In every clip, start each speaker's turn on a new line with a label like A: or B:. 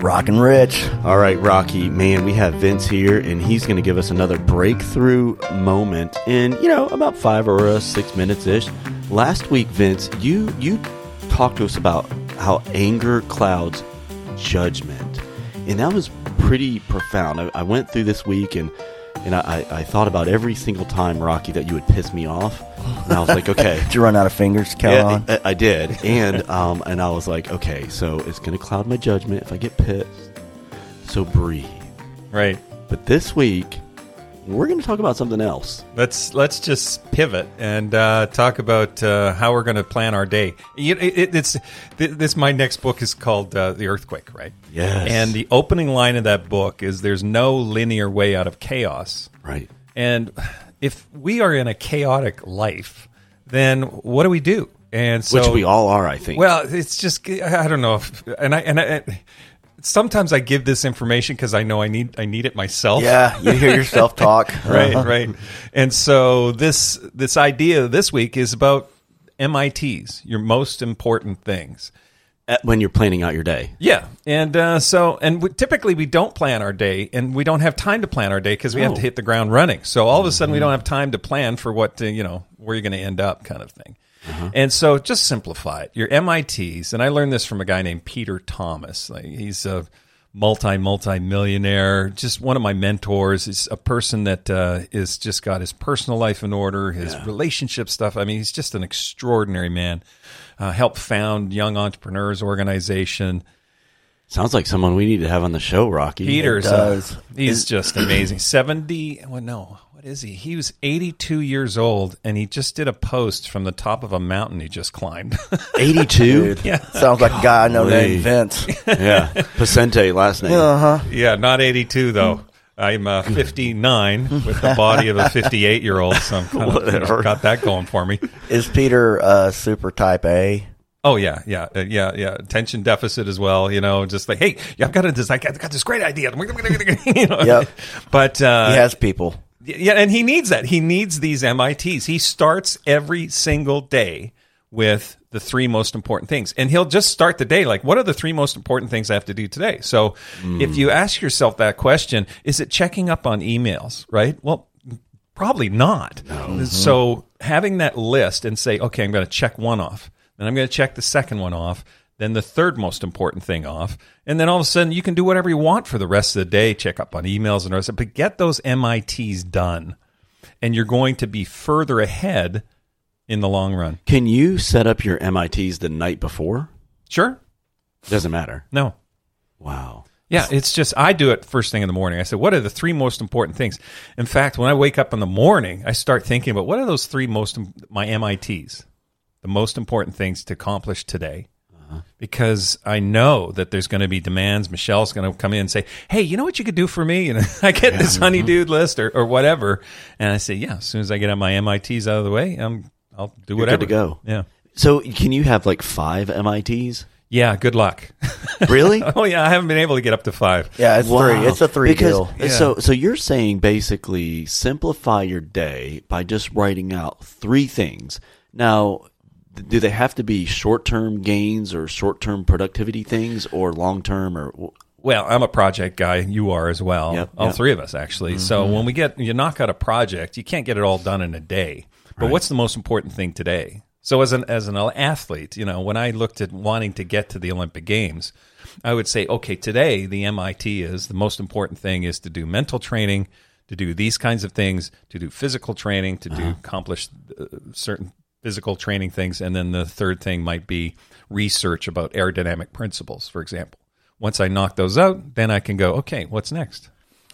A: Rockin' Rich.
B: All right, Rocky, man, we have Vince here, and he's going to give us another breakthrough moment in, you know, about five or uh, six minutes ish. Last week, Vince, you you talked to us about how anger clouds judgment, and that was pretty profound. I, I went through this week and and I, I I thought about every single time, Rocky, that you would piss me off, and I was like, okay,
A: Did you run out of fingers,
B: yeah,
A: Calhoun?
B: I, I did, and um, and I was like, okay, so it's gonna cloud my judgment if I get pissed. So breathe.
C: Right.
B: But this week, we're gonna talk about something else.
C: Let's let's just pivot and uh, talk about uh, how we're going to plan our day. You- It, it, it's th- this. My next book is called uh, The Earthquake, right?
B: Yes.
C: And the opening line of that book is, "There's no linear way out of chaos."
B: Right.
C: And if we are in a chaotic life, then what do we do? And so
B: Which we all are, I think.
C: Well, it's just I don't know, if, and I and I. Sometimes I give this information because I know I need I need it myself
A: yeah, you hear yourself talk.
C: right right and so this this idea this week is about mits your most important things
B: Uh, when you're planning out your day.
C: yeah and uh, so and we, typically we don't plan our day and we don't have time to plan our day because we have to hit the ground running so all of a sudden we don't have time to plan for what uh, you know where you're going to end up kind of thing And so, just simplify it. Your MITs, and I learned this from a guy named Peter Thomas. Like, he's a multi multi millionaire just one of my mentors is a person that uh, is just got his personal life in order his relationship stuff i mean he's just an extraordinary man uh, helped found young entrepreneurs organization
B: Sounds like someone we need to have on the show, Rocky.
C: peter's uh,
A: does.
C: he's just amazing 70 well no what is he he was 82 years old and he just did a post from the top of a mountain he just climbed
B: 82.
A: Dude, Sounds like a guy I know
B: Golly.
A: named Vince.
B: yeah. Pacente last name.
C: Yeah, not 82 though. I'm uh, 59 with the body of a 58 year old. So I'm kind of,
B: Whatever.
C: got that going for me.
A: Is Peter uh, super type A?
C: Oh yeah, yeah, uh, yeah, yeah. Attention deficit as well. You know, just like hey, yeah, I've got a, this, I got, got this great idea. you know?
A: Yep.
C: But uh,
A: He has people.
C: yeah, and he needs that. He needs these MITs. He starts every single day with the three most important things. And he'll just start the day like, what are the three most important things I have to do today? So if you ask yourself that question, is it checking up on emails, right? Well, probably not. So having that list and say, okay, I'm going to check one off, then I'm going to check the second one off, then the third most important thing off, and then all of a sudden you can do whatever you want for the rest of the day. Check up on emails and the rest, of it, but get those MITs done, and you're going to be further ahead in the long run.
B: Can you set up your MITs the night before?
C: Sure.
B: Doesn't matter.
C: No.
B: Wow.
C: Yeah, it's just I do it first thing in the morning. I said, "What are the three most important things?" In fact, when I wake up in the morning, I start thinking about what are those three most im- my MITs, the most important things to accomplish today,
B: Uh-huh.
C: because I know that there's going to be demands. Michelle's going to come in and say, "Hey, you know what you could do for me?" And I get this
B: Mm-hmm.
C: honeydew list or, or whatever, and I say, "Yeah." As soon as I get my MITs out of the way, I'm I'll do
B: You're
C: whatever
B: good to go.
C: Yeah,
B: So can you have like five MITs?
C: yeah. Good luck.
B: Really?
C: oh yeah, I haven't been able to get up to five.
A: Yeah, it's
B: Wow.
A: three. It's a three
B: because,
A: deal.
B: So, so you're saying basically simplify your day by just writing out three things. Now, th- do they have to be short-term gains or short-term productivity things or long-term or wh-
C: Well, I'm a project guy. You are as well.
B: Yep,
C: all
B: yep.
C: three of us, actually. So when we get, you knock out a project, you can't get it all done in a day. But what's the most important thing today? So as an as an athlete, you know, when I looked at wanting to get to the Olympic Games, I would say, okay, today the MIT is the most important thing is to do mental training, to do these kinds of things, to do physical training, to do accomplish uh, certain physical training things, and then the third thing might be research about aerodynamic principles, for example. Once I knock those out, then I can go, okay, what's next?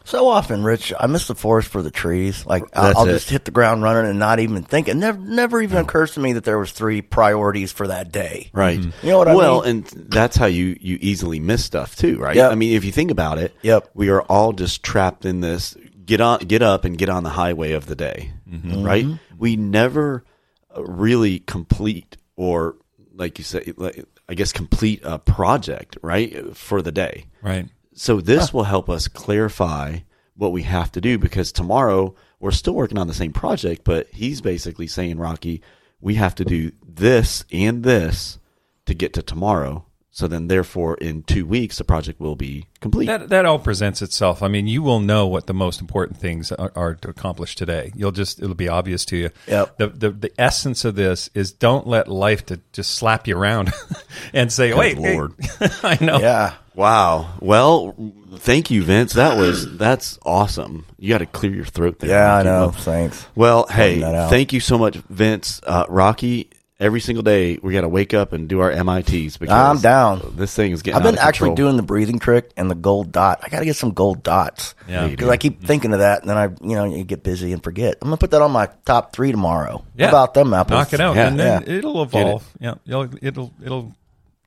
A: So often, Rich, I miss the forest for the trees. Like I-
B: That's
A: I'll
B: it.
A: just hit the ground running and not even think. It never, never even occurs to me that there was three priorities for that day.
B: right?
A: You know what I
B: Mm-hmm. well,
A: mean?
B: and that's how you you easily miss stuff too, right?
A: Yep.
B: I mean, if you think about it,
A: Yep.
B: we are all just trapped in this get on, get up, and get on the highway of the day,
A: Mm-hmm.
B: right? We never uh, really complete or like you say, like, I guess complete a project, right, for the day.
C: Right.
B: So this will help us clarify what we have to do because tomorrow we're still working on the same project, but he's basically saying, Rocky, we have to do this and this to get to tomorrow. So then, therefore, in two weeks, the project will be complete.
C: That that all presents itself. I mean, you will know what the most important things are, are to accomplish today. You'll just it'll be obvious to you.
A: Yep.
C: The, the the essence of this is don't let life to just slap you around and say, "Wait, hey."
B: Lord.
C: I know.
A: Yeah.
B: wow. Well, thank you, Vince. That was that's awesome. You got to clear your throat there.
A: Yeah, I
B: Rocky.
A: know. Thanks.
B: Well, hey,
A: that out.
B: thank you so much, Vince. Uh, Rocky, every single day we got to wake up and do our MITs because
A: I'm down.
B: This thing is getting.
A: I've
B: out
A: been
B: of
A: actually
B: control.
A: doing the breathing trick and the gold dot. I got to get some gold dots.
C: Yeah.
A: Because I keep thinking of that, and then I, you know, you get busy and forget. I'm gonna put that on my top three tomorrow.
C: Yeah.
A: How about them apples?
C: Knock it out,
B: Yeah.
C: and then it'll
B: it.
C: evolve. Yeah, you'll, it'll it'll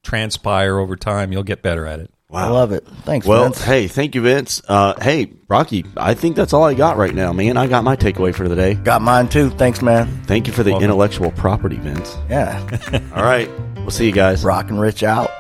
C: transpire over time. You'll get better at it.
A: I love it. Thanks,
B: Well,
A: Vince.
B: hey, thank you, Vince. Uh, hey, Rocky, I think that's all I got right now, man. I got my takeaway for the day.
A: Got mine too. Thanks, man.
B: Thank you for the intellectual property, Vince.
A: Yeah.
B: All right, we'll see you guys.
A: Rockin' Rich out.